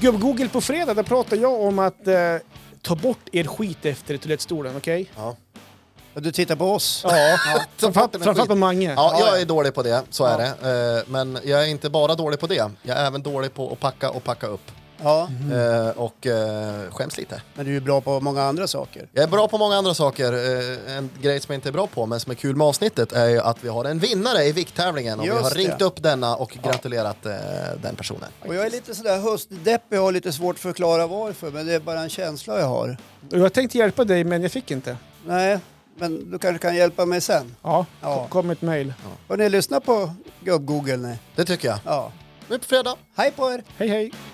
Gubb-Google på fredag, där pratar jag om att eh, ta bort er skit efter Tourettestolen, okej? Ja. Men Du tittar på oss. Ja, framförallt, skit. framförallt på Mange. Ja, jag är dålig på det, så är det. Eh, Men jag är inte bara dålig på det. Jag är även dålig på att packa och packa upp. Ja, Eh, Och eh, skäms lite. men du är ju bra på många andra saker. Jag är bra på många andra saker. Eh, En grej som jag inte är bra på, men som är kul med avsnittet, är ju att vi har en vinnare i vikttävlingen. Och vi Just har ringt det. upp denna och gratulerat eh, den personen. Och jag är lite sådär höstdeppig och har lite svårt att förklara varför, men det är bara en känsla jag har. Och Jag tänkte hjälpa dig, men jag fick inte. Nej, men du kanske kan hjälpa mig sen. Ja, Ja. ja. kom ett mejl. Har ni lyssnat på Gubb-Google? Nej. Det tycker jag. Ja. Nu på fredag. Hej på er! Hej, hej!